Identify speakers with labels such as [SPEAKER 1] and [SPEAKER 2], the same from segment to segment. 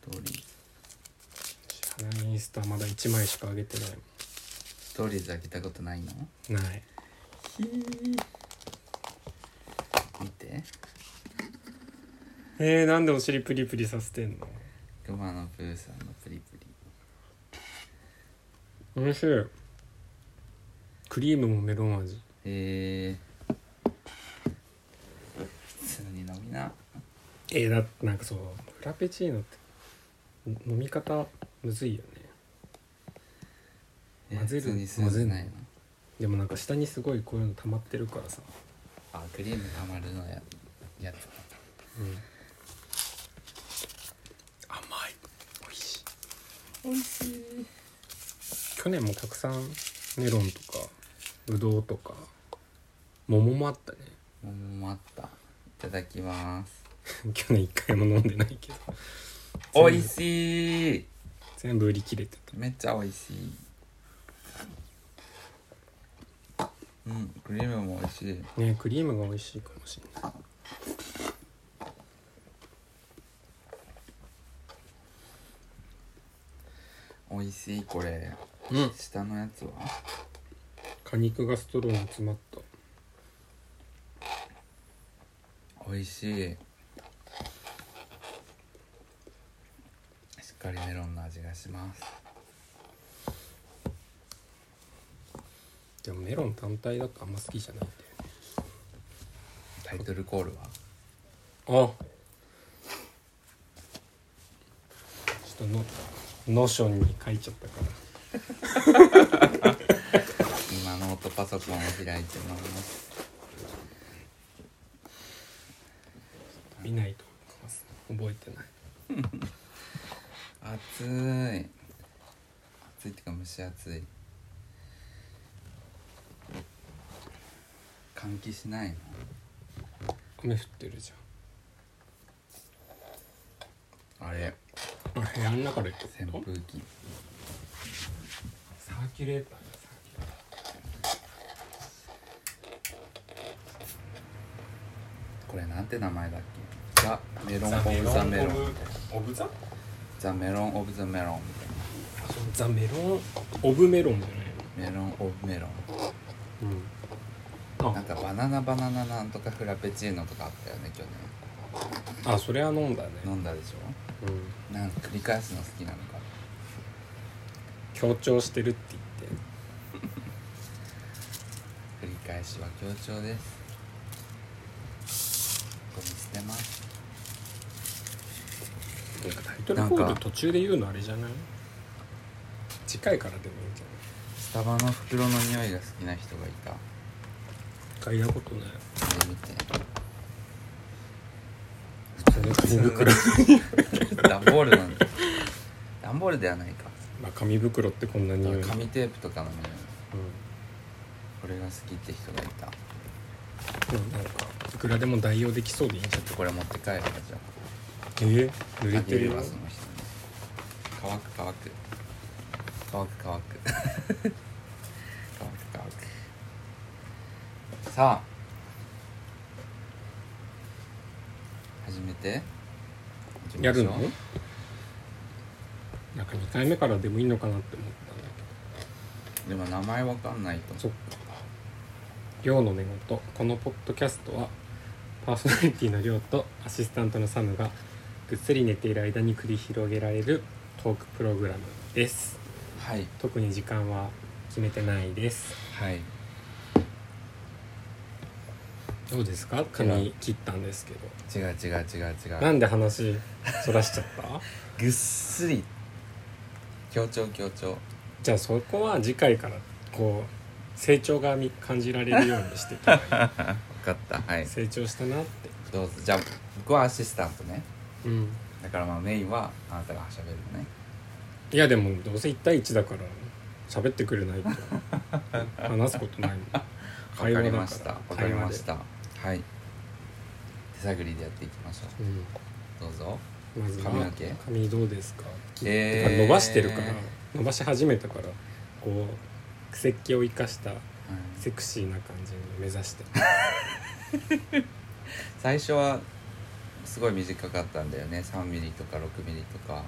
[SPEAKER 1] トーリー
[SPEAKER 2] 知らないインスタまだ1枚しか上げてな
[SPEAKER 1] ストーリーズ開けたことないの
[SPEAKER 2] いない
[SPEAKER 1] 見て
[SPEAKER 2] えー、なんでお尻プリプリさせてんの
[SPEAKER 1] ロマノプーさんのプリプリ
[SPEAKER 2] おいしいクリームもメロン味
[SPEAKER 1] えー、普通に飲みな
[SPEAKER 2] えー、だってなんかそうフラペチーノって飲飲み方むずいよね
[SPEAKER 1] え
[SPEAKER 2] 混ぜる
[SPEAKER 1] 普通にするんじゃないの
[SPEAKER 2] でもなんか下にすごいこういうの溜まってるからさ、
[SPEAKER 1] あクリームたまるのややつ
[SPEAKER 2] うん、甘いおいしい
[SPEAKER 1] おいしい
[SPEAKER 2] 去年もたくさんメロンとかぶどうとか桃もあったね
[SPEAKER 1] ももあったいただきます
[SPEAKER 2] 去年一回も飲んでないけど
[SPEAKER 1] おいしい
[SPEAKER 2] 全部売り切れてた
[SPEAKER 1] めっちゃおいしいうんクリームもおいしい
[SPEAKER 2] ねクリームが美味しいかもしれない
[SPEAKER 1] おいしいこれ
[SPEAKER 2] うん
[SPEAKER 1] 下のやつは
[SPEAKER 2] 果肉がストローに詰まった
[SPEAKER 1] おいしいしっかりメロンの味がします
[SPEAKER 2] でもメロン単体だとあんま好きじゃないんだよね
[SPEAKER 1] タイトルコールは
[SPEAKER 2] あちょっとノノーションに書いちゃったか
[SPEAKER 1] 今
[SPEAKER 2] ら
[SPEAKER 1] ノートパソコンを開いてます
[SPEAKER 2] 見ないと思います覚えてない
[SPEAKER 1] 暑い暑いってか蒸し暑い換気しないの
[SPEAKER 2] 雨降ってるじゃ
[SPEAKER 1] あれ
[SPEAKER 2] んあ部屋の中で
[SPEAKER 1] 扇風機
[SPEAKER 2] サーキュレーターがサーキュレー
[SPEAKER 1] これなんて名前だっけザ・メロン・オブ・ザ・メロン
[SPEAKER 2] オブザ
[SPEAKER 1] ザ・メロン・オブ・ザ・メロン
[SPEAKER 2] ザメロンオブメロンじゃ
[SPEAKER 1] みたいなメロン・オブ・メロン
[SPEAKER 2] ないの
[SPEAKER 1] なんかバナナバナナなんとかフラペチーノとかあったよね去
[SPEAKER 2] ああそれは飲んだね、
[SPEAKER 1] 年飲んだでし
[SPEAKER 2] うん、
[SPEAKER 1] ょなんか繰り返すの好きなのか
[SPEAKER 2] 強調してるって言って
[SPEAKER 1] 繰り返しは強調ですゴミ捨てます
[SPEAKER 2] なんかタイトルコ
[SPEAKER 1] な
[SPEAKER 2] ー
[SPEAKER 1] ん
[SPEAKER 2] ル
[SPEAKER 1] か
[SPEAKER 2] 途中で言うのあれじゃない次回からでもいいんじゃ
[SPEAKER 1] スタバの袋の匂いが好きな人がいた
[SPEAKER 2] ない嗅いだことない
[SPEAKER 1] これ見て
[SPEAKER 2] 紙袋
[SPEAKER 1] 段ボールなんだ段ボールではないか
[SPEAKER 2] まあ紙袋ってこんな匂い
[SPEAKER 1] 紙テープとかの匂い
[SPEAKER 2] うん
[SPEAKER 1] これが好きって人がいた
[SPEAKER 2] うんなんかいくらでも代用できそうでいいんじゃ
[SPEAKER 1] これ持って帰るわじゃ
[SPEAKER 2] ないえ
[SPEAKER 1] あ
[SPEAKER 2] 濡れてる
[SPEAKER 1] あ
[SPEAKER 2] よ
[SPEAKER 1] げわその人に乾く乾く乾く乾く乾く乾くさあ始めて行きましょう
[SPEAKER 2] やるのなんか2回目からでもいいのかなって思ったんだ
[SPEAKER 1] でも名前わかんないと
[SPEAKER 2] けどそっか寮の寝言このポッドキャストはパーソナリティの寮とアシスタントのサムがぐっすり寝ている間に繰り広げられるトークプログラムです
[SPEAKER 1] はい
[SPEAKER 2] 特に時間は決めてないです
[SPEAKER 1] はい
[SPEAKER 2] どうですか髪切ったんですけど
[SPEAKER 1] 違う違う違う
[SPEAKER 2] な
[SPEAKER 1] 違うん
[SPEAKER 2] で話そらしちゃった
[SPEAKER 1] ぐっすり強調強調
[SPEAKER 2] じゃあそこは次回からこう成長がみ感じられるようにしていけばいい
[SPEAKER 1] 分かったはい
[SPEAKER 2] 成長したなって
[SPEAKER 1] どうぞじゃあ僕はアシスタントね
[SPEAKER 2] うん
[SPEAKER 1] だからまあメインはあなたがしゃべるのね
[SPEAKER 2] いやでもどうせ1対1だから喋ってくれないと 話すことないもん
[SPEAKER 1] わかりました
[SPEAKER 2] 会話だ
[SPEAKER 1] わ
[SPEAKER 2] ら
[SPEAKER 1] かりまし
[SPEAKER 2] 会話
[SPEAKER 1] たはい手探りでやっていきましょうど
[SPEAKER 2] で
[SPEAKER 1] うぞ
[SPEAKER 2] うん、まずは
[SPEAKER 1] 髪の毛
[SPEAKER 2] 髪どうですか、
[SPEAKER 1] えー
[SPEAKER 2] てか伸ばしてるから伸ばし始めたからこう癖っ気を生かした
[SPEAKER 1] うん
[SPEAKER 2] セクシーな感じを目指して
[SPEAKER 1] 最初はすごい短かったんだよね3ミリとか6ミリとか、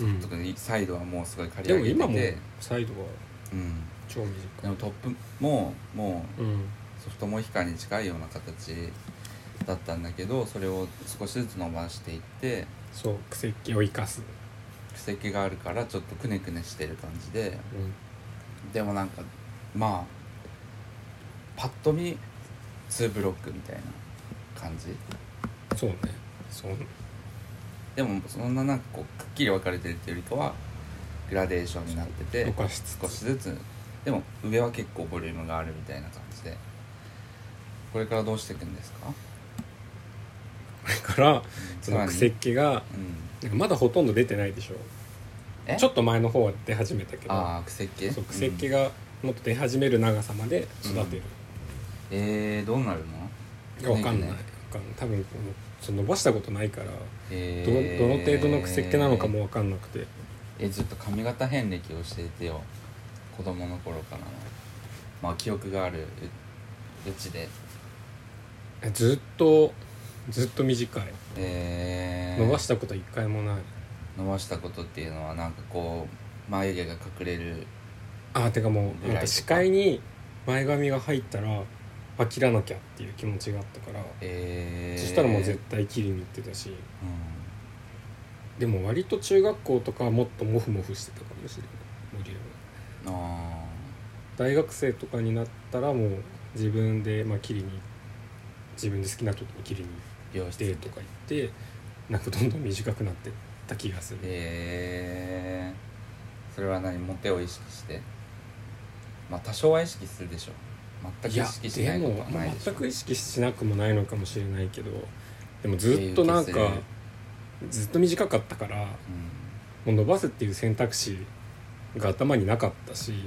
[SPEAKER 2] うん
[SPEAKER 1] 特にサイドはもうすごい刈り
[SPEAKER 2] で
[SPEAKER 1] 上
[SPEAKER 2] も
[SPEAKER 1] げてて
[SPEAKER 2] 今もサイドは
[SPEAKER 1] うん、
[SPEAKER 2] 超短
[SPEAKER 1] でもトップもも
[SPEAKER 2] い、うん、
[SPEAKER 1] うソフトモヒカンに近いような形だったんだけどそれを少しずつ伸ばしていって
[SPEAKER 2] そう癖っ気を生かす、
[SPEAKER 1] 布石があるからちょっとくねくねしてる感じで
[SPEAKER 2] うん、
[SPEAKER 1] でもなんかまあパッと見2ブロックみたいな感じ
[SPEAKER 2] そうねそう
[SPEAKER 1] でもそんななんかこうくっきり分かれてるっていうよりかはグラデーションになってて
[SPEAKER 2] ぼかしつ
[SPEAKER 1] 少
[SPEAKER 2] つ
[SPEAKER 1] しずつでも上は結構ボリュームがあるみたいな感じでこれからどうしていくんですか
[SPEAKER 2] これからそ
[SPEAKER 1] さら
[SPEAKER 2] の
[SPEAKER 1] に
[SPEAKER 2] 癖っ気が
[SPEAKER 1] うん
[SPEAKER 2] まだほとんど出てないでしょ
[SPEAKER 1] え
[SPEAKER 2] ちょっと前の方は出始めたけど
[SPEAKER 1] ああクセッケ
[SPEAKER 2] そう癖っ気
[SPEAKER 1] うん
[SPEAKER 2] がもっと出始める長さまで育てる、
[SPEAKER 1] えー、どうなるの
[SPEAKER 2] いやわかんな
[SPEAKER 1] ね
[SPEAKER 2] いわかんない多分このその伸ばしたことないから
[SPEAKER 1] え
[SPEAKER 2] ど
[SPEAKER 1] ー
[SPEAKER 2] どの程度の癖っ気なのかもわかんなくて
[SPEAKER 1] えずっと髪型遍歴を教えてよ子供の頃からのまあ記憶があるううちで
[SPEAKER 2] えずっとずっと短い
[SPEAKER 1] えー、
[SPEAKER 2] 伸ばしたこと一回もない
[SPEAKER 1] 伸ばしたことっていうのはなんかこう眉毛が隠れる
[SPEAKER 2] ああてかもう
[SPEAKER 1] ぐらい
[SPEAKER 2] なんか
[SPEAKER 1] とか
[SPEAKER 2] 視界に前髪が入ったらあ切らなきゃっていう気持ちがあったから、
[SPEAKER 1] えー、
[SPEAKER 2] そしたらもう絶対切りに行ってたし
[SPEAKER 1] う
[SPEAKER 2] でも割と中学校とかはもっとモフモフしてたかもしれないボリューム
[SPEAKER 1] んあ
[SPEAKER 2] 大学生とかになったらもう自分で、まあ、切りに自分で好きな時に切りに
[SPEAKER 1] ー美容
[SPEAKER 2] 行って
[SPEAKER 1] 室
[SPEAKER 2] とか言ってなんかどんどん短くなってった気がする、
[SPEAKER 1] えー、それは何モテを意識してまあ多少は意識するでしょ全く
[SPEAKER 2] い
[SPEAKER 1] 意
[SPEAKER 2] や
[SPEAKER 1] 識しな
[SPEAKER 2] で
[SPEAKER 1] いこ
[SPEAKER 2] も
[SPEAKER 1] とはないでしょ
[SPEAKER 2] 全く意識しなくもないのかもしれないけどでもずっとなん
[SPEAKER 1] 経由
[SPEAKER 2] かずっと短かったからもう伸ばすっていう選択肢が頭になかったし、
[SPEAKER 1] うん、うん、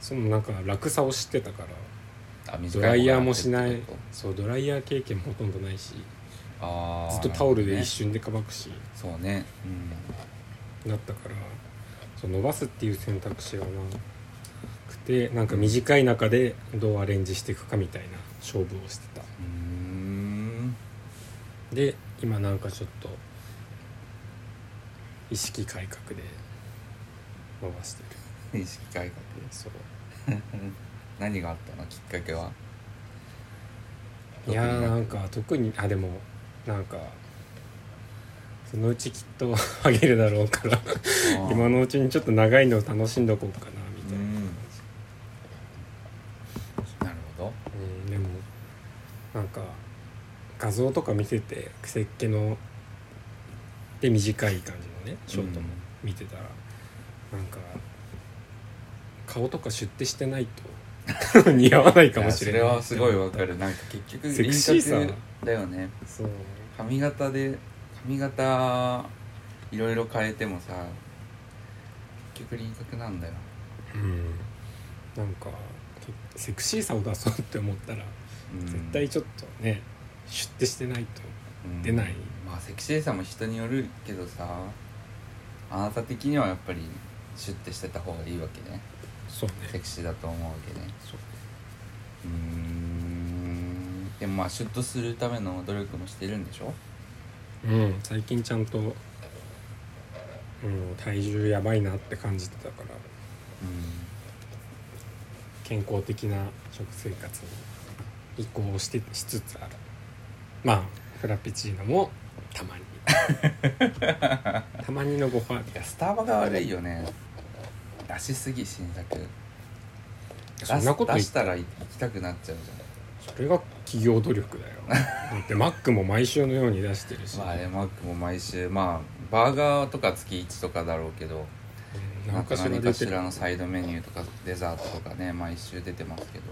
[SPEAKER 2] そのなんか楽さを知ってたから
[SPEAKER 1] あ短い
[SPEAKER 2] ドライヤーもしな
[SPEAKER 1] 方が
[SPEAKER 2] い
[SPEAKER 1] ってこと
[SPEAKER 2] そうドライヤー経験もほとんどないし
[SPEAKER 1] あー
[SPEAKER 2] ずっとタオル
[SPEAKER 1] な
[SPEAKER 2] で
[SPEAKER 1] る
[SPEAKER 2] 一瞬で乾くし
[SPEAKER 1] ほどねそうねうん
[SPEAKER 2] だったからそう伸ばすっていう選択肢がなくてなんか短い中でどうアレンジしていくかみたいな勝負をしてた
[SPEAKER 1] うーん
[SPEAKER 2] で今なんかちょっと意識改革で伸ばしてる
[SPEAKER 1] 意識改革
[SPEAKER 2] そう
[SPEAKER 1] 何があったのきっかけはい
[SPEAKER 2] やーなんか特にあでもなんかそのうちきっとあげるだろうから今
[SPEAKER 1] の
[SPEAKER 2] のうちにちょっと長いのを楽しんどこうかなみたいな、
[SPEAKER 1] なるほ
[SPEAKER 2] うん、でもなんか画像とか見てて癖っ気ので短い感じのねショートも見てたら、なんか顔とかシュッてしてない と似合わない
[SPEAKER 1] ど
[SPEAKER 2] かもしれない
[SPEAKER 1] やそれはすごいわかるなんか結局
[SPEAKER 2] セクシーさ
[SPEAKER 1] 輪郭だよね
[SPEAKER 2] そう
[SPEAKER 1] 髪型で髪型いろいろ変えてもさ結局輪郭なんだよ
[SPEAKER 2] うんなんかけセクシーさを出そうって思ったら、
[SPEAKER 1] うん
[SPEAKER 2] 絶対ちょっとねシュッてしてないと出ない
[SPEAKER 1] うんまあセクシーさも人によるけどさあなた的にはやっぱりシュッてしてた方がいいわけね
[SPEAKER 2] そう
[SPEAKER 1] セ
[SPEAKER 2] ね
[SPEAKER 1] クシーだと思うわけね
[SPEAKER 2] そう
[SPEAKER 1] うーんでもまあシュッとするための努力もしてるんでしょ
[SPEAKER 2] うん、最近ちゃんと、うん、体重やばいなって感じてたから
[SPEAKER 1] うん
[SPEAKER 2] 健康的な食生活に移行してしつつあるまあフラペチーノも たまにたまにのご飯
[SPEAKER 1] いやスタバが悪いよね出しすぎ新作
[SPEAKER 2] そんなこと
[SPEAKER 1] 出
[SPEAKER 2] 言
[SPEAKER 1] し
[SPEAKER 2] っ
[SPEAKER 1] 出したら行きたくなっちゃうじゃん
[SPEAKER 2] それが企業努力だよだってマックも毎週のように出してるし、
[SPEAKER 1] まあねマックも毎週まあバーガーとか月1とかだろうけど
[SPEAKER 2] うん
[SPEAKER 1] な
[SPEAKER 2] 何
[SPEAKER 1] んか
[SPEAKER 2] かしら
[SPEAKER 1] 何
[SPEAKER 2] 出
[SPEAKER 1] か
[SPEAKER 2] て
[SPEAKER 1] し
[SPEAKER 2] る
[SPEAKER 1] らのサイドメニューとかデザートとかね毎週出てますけど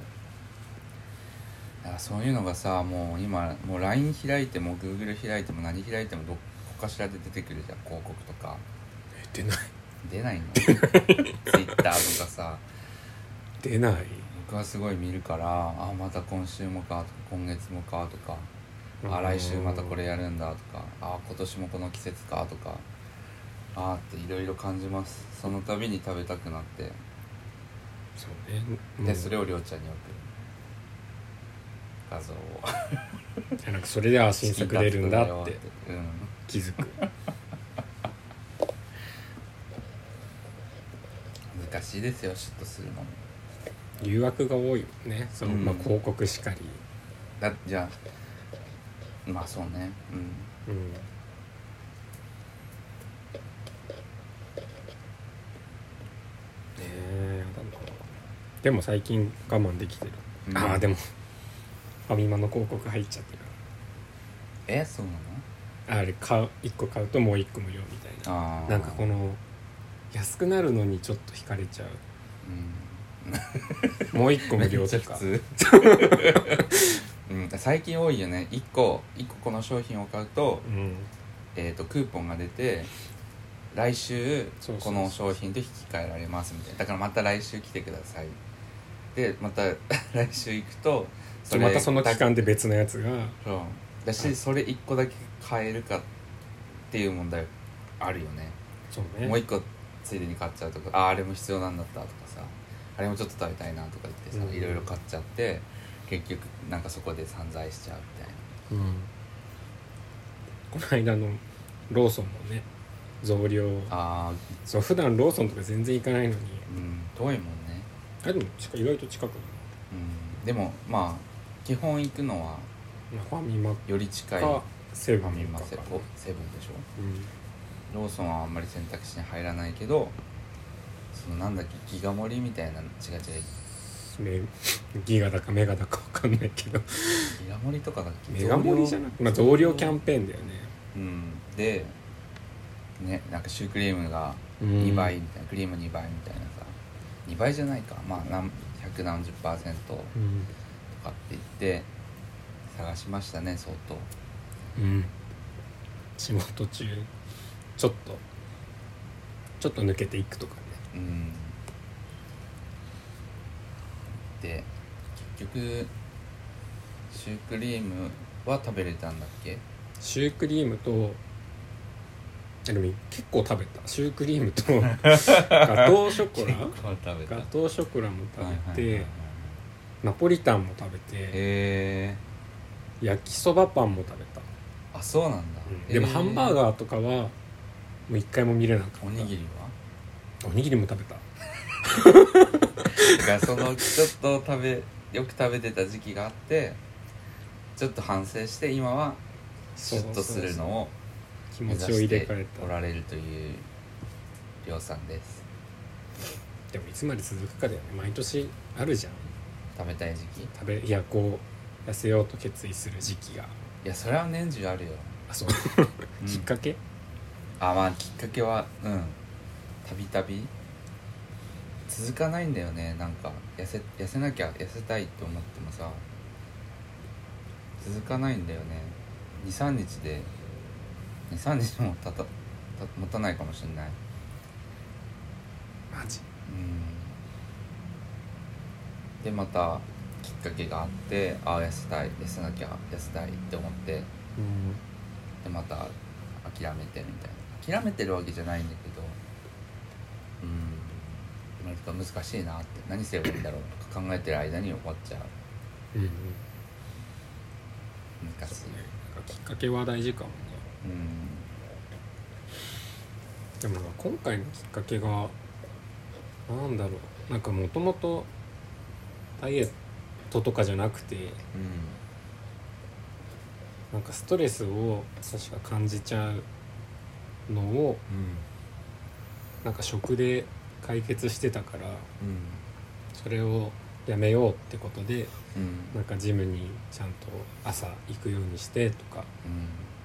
[SPEAKER 1] だからそういうのがさもう今もう LINE 開いても Google 開いても何開いてもどこかしらで出てくるじゃん広告とか
[SPEAKER 2] 出ない
[SPEAKER 1] 出ないの Twitter とかさ
[SPEAKER 2] 出ない
[SPEAKER 1] 僕はすごい見るからあまた今週もかとか今月もかとかあ来週またこれやるんだとかあ今年もこの季節かとかあーっていろいろ感じますその度に食べたくなって
[SPEAKER 2] そうね
[SPEAKER 1] でそれ
[SPEAKER 2] を
[SPEAKER 1] をりょうちゃんに送る画像を
[SPEAKER 2] いやなんかそれでは新作出るんだって
[SPEAKER 1] うん
[SPEAKER 2] 気づく
[SPEAKER 1] 難しいですよ嫉妬するのも
[SPEAKER 2] 誘惑が多いよねその、
[SPEAKER 1] うん
[SPEAKER 2] まあ、広告しかり、
[SPEAKER 1] だじゃあまあそうねうん
[SPEAKER 2] うん、ねえやだなでも最近我慢できてる、
[SPEAKER 1] うん
[SPEAKER 2] ああでもファミマの広告入っちゃってる
[SPEAKER 1] えそうなの
[SPEAKER 2] あれ買う1個買うともう1個無料みたいな
[SPEAKER 1] あー
[SPEAKER 2] なんかこの安くなるのにちょっと惹かれちゃう
[SPEAKER 1] うん
[SPEAKER 2] もう1個無料
[SPEAKER 1] めっち
[SPEAKER 2] と
[SPEAKER 1] ゃ普
[SPEAKER 2] か
[SPEAKER 1] 通うん最近多いよね1個一個この商品を買うと,、
[SPEAKER 2] うん
[SPEAKER 1] えー、とクーポンが出て来週
[SPEAKER 2] そうそうそ
[SPEAKER 1] こ
[SPEAKER 2] う
[SPEAKER 1] の商品と引き換えられますみたいなだからまた来週来てくださいでまた 来週行くと
[SPEAKER 2] そうまたその期
[SPEAKER 1] だ
[SPEAKER 2] 間で別のやつが
[SPEAKER 1] そうだしそれ1個だけ買えるかっていう問題あるよね
[SPEAKER 2] そうね
[SPEAKER 1] もう1個ついでに買っちゃうとかあああれも必要なんだったとかさあれもちょっと食べたいなとか言ってさ、
[SPEAKER 2] うん
[SPEAKER 1] いろいろ買っちゃって結局なんかそこで散財しちゃうみたいな
[SPEAKER 2] この間のローソンもね増量
[SPEAKER 1] ああ
[SPEAKER 2] そう普段ローソンとか全然行かないのに
[SPEAKER 1] うん遠いもんね
[SPEAKER 2] あでも近い意外と近くだ
[SPEAKER 1] うんでもまあ基本行くのは
[SPEAKER 2] なファミマ
[SPEAKER 1] より近いフ
[SPEAKER 2] かセブ
[SPEAKER 1] ァミ
[SPEAKER 2] ン
[SPEAKER 1] マ
[SPEAKER 2] とか
[SPEAKER 1] セ
[SPEAKER 2] か
[SPEAKER 1] ブンセブンでしょ
[SPEAKER 2] うん
[SPEAKER 1] ローソンはあんまり選択肢に入らないけどそのなんだっけギガ盛りみたいな違う違う
[SPEAKER 2] めギガだかメガだかわかんないけど
[SPEAKER 1] ギガ盛りとかだっけ
[SPEAKER 2] メガ盛りじゃなくて、まあ、増量キャンペーンだよね
[SPEAKER 1] うんでねなんかシュークリームが
[SPEAKER 2] うん
[SPEAKER 1] 2倍みたいな、クリーム2倍みたいなさ2倍じゃないかまあ何百何十パーセントと
[SPEAKER 2] うん、
[SPEAKER 1] かって言って探しましたね相当
[SPEAKER 2] うん、仕事中ちょっとちょっと抜けていくとかね
[SPEAKER 1] うんで結局シュークリームは食べれたんだっけ
[SPEAKER 2] シュークリームとえでも結構食べたシュークリーム とガトーショコラ
[SPEAKER 1] 食べ
[SPEAKER 2] ガトーショコラも食べて、ナポリタンも食べて
[SPEAKER 1] え
[SPEAKER 2] 焼きそばパンも食べた、
[SPEAKER 1] ー、あそうなんだ、
[SPEAKER 2] でもハンバー
[SPEAKER 1] ー
[SPEAKER 2] ガーとかはもう一回も見れなかった
[SPEAKER 1] おにぎりは
[SPEAKER 2] おにぎりも食べた
[SPEAKER 1] がそのちょっと食べよく食べてた時期があってちょっと反省して今はシュッとするのを
[SPEAKER 2] 気
[SPEAKER 1] 目
[SPEAKER 2] 持
[SPEAKER 1] 指
[SPEAKER 2] ちを入
[SPEAKER 1] し
[SPEAKER 2] れ
[SPEAKER 1] て
[SPEAKER 2] 替え
[SPEAKER 1] お
[SPEAKER 2] た
[SPEAKER 1] られるという量産です
[SPEAKER 2] でもいつまで続くかだよね毎年あるじゃん
[SPEAKER 1] 食べたい時期い
[SPEAKER 2] 食べいやこう痩せようと決意する時期が
[SPEAKER 1] やそれは年中あるよ、
[SPEAKER 2] あそう、
[SPEAKER 1] うん
[SPEAKER 2] きっかけ
[SPEAKER 1] あまあきっかけはうんたびたび続かないんだよねなんか痩せ痩せなきゃ痩せたいって思ってもさ続かないんだよね23日で23日もたた た持たないかもしれない
[SPEAKER 2] マジ
[SPEAKER 1] うんでまたきっかけがあってああ痩せたい痩せなきゃ痩せたいって思って
[SPEAKER 2] うん
[SPEAKER 1] でまた諦めてみたいな諦めてるわけじゃないんだけどうんなんか難しいなって何すればいいんだろうとか考えてる間に終わっちゃう
[SPEAKER 2] うんうん
[SPEAKER 1] 難しい
[SPEAKER 2] そうねなんかきっかけは大事かもね
[SPEAKER 1] うん
[SPEAKER 2] でもなんか今回のきっかけがなんだろうなんかもともとダイエットとかじゃなくて
[SPEAKER 1] う
[SPEAKER 2] なんかストレスを確か感じちゃうのを
[SPEAKER 1] ん
[SPEAKER 2] なんか食で解決してたか
[SPEAKER 1] う
[SPEAKER 2] ら
[SPEAKER 1] ん
[SPEAKER 2] それをやめようってことで
[SPEAKER 1] うん
[SPEAKER 2] なんかジムにちゃんと朝行くようにしてとか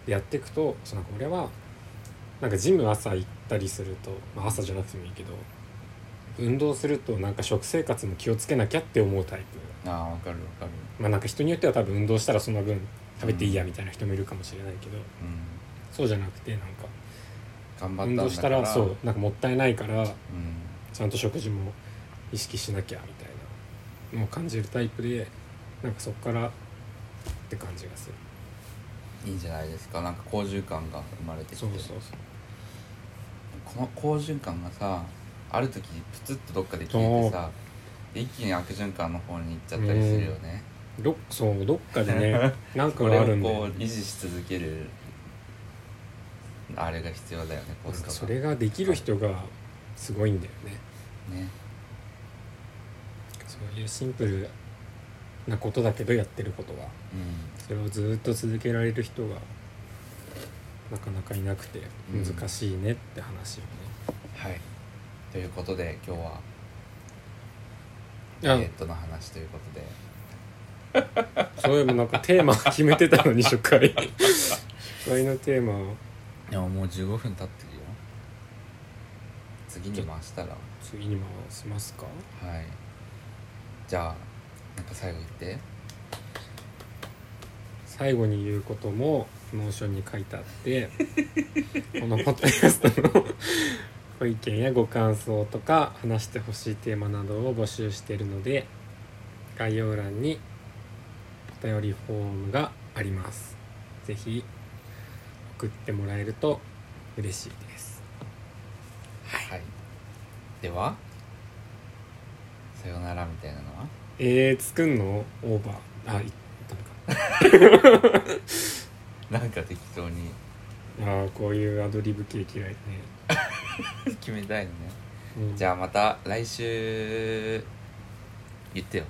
[SPEAKER 2] やっていくとそうなんか俺はなんかジム朝行ったりすると、まあ、朝じゃなくてもいいけど運動するとなんか食生活も気をつけなきゃって思うタイプ
[SPEAKER 1] うんああわかるわかる
[SPEAKER 2] まあなんか人によっては多分運動したらその分食べていいやみたいな人もいるかもしれないけど、
[SPEAKER 1] うん
[SPEAKER 2] そうじゃなくてなんか
[SPEAKER 1] 頑張ったん
[SPEAKER 2] 運
[SPEAKER 1] だから
[SPEAKER 2] 動したらそうなんかもったいないから
[SPEAKER 1] うん
[SPEAKER 2] ちゃんと食事も意識しなきゃみたいなのを感じるタイプでなんかそこからって感じがする
[SPEAKER 1] いいんじゃないですかなんか好循環が生まれてきて
[SPEAKER 2] そうそうそう
[SPEAKER 1] この好循環がさある時プツッとどっかで消えてさ一気に悪循環の方に行っちゃったりするよね
[SPEAKER 2] どそうどっかで ねなんかがあるん
[SPEAKER 1] これを
[SPEAKER 2] で
[SPEAKER 1] こう維持し続けるあれが必要だよねコ
[SPEAKER 2] なん
[SPEAKER 1] スト
[SPEAKER 2] か
[SPEAKER 1] が
[SPEAKER 2] それができる人がすごいんだよね
[SPEAKER 1] ね
[SPEAKER 2] そういうシンプルなことだけどやってることは
[SPEAKER 1] うん
[SPEAKER 2] それをずっと続けられる人がなかなかいなくて
[SPEAKER 1] うん
[SPEAKER 2] 難しいねって話をね、
[SPEAKER 1] はいということで今日は
[SPEAKER 2] あ
[SPEAKER 1] ダイエットの話ということで
[SPEAKER 2] そういえばなんかテーマ決めてたのに初回初回のテーマを
[SPEAKER 1] いやもう15分経ってるよ次に回したらは
[SPEAKER 2] 次に回しますか
[SPEAKER 1] いじゃあなんか最後言って
[SPEAKER 2] 最後に言うこともノーションに書いてあって このポッドキャストの ご意見やご感想とか話してほしいテーマなどを募集しているので概要欄にお便りフォームがありますぜひ送ってもらえると嬉しいです
[SPEAKER 1] はい、ではさよならみたいなのは
[SPEAKER 2] えー、作んのオーバーあいダメか
[SPEAKER 1] なんか適当に
[SPEAKER 2] ああこういうアドリブ系嫌いね、
[SPEAKER 1] 決めたいのね
[SPEAKER 2] うん
[SPEAKER 1] じゃあまた来週言ってよ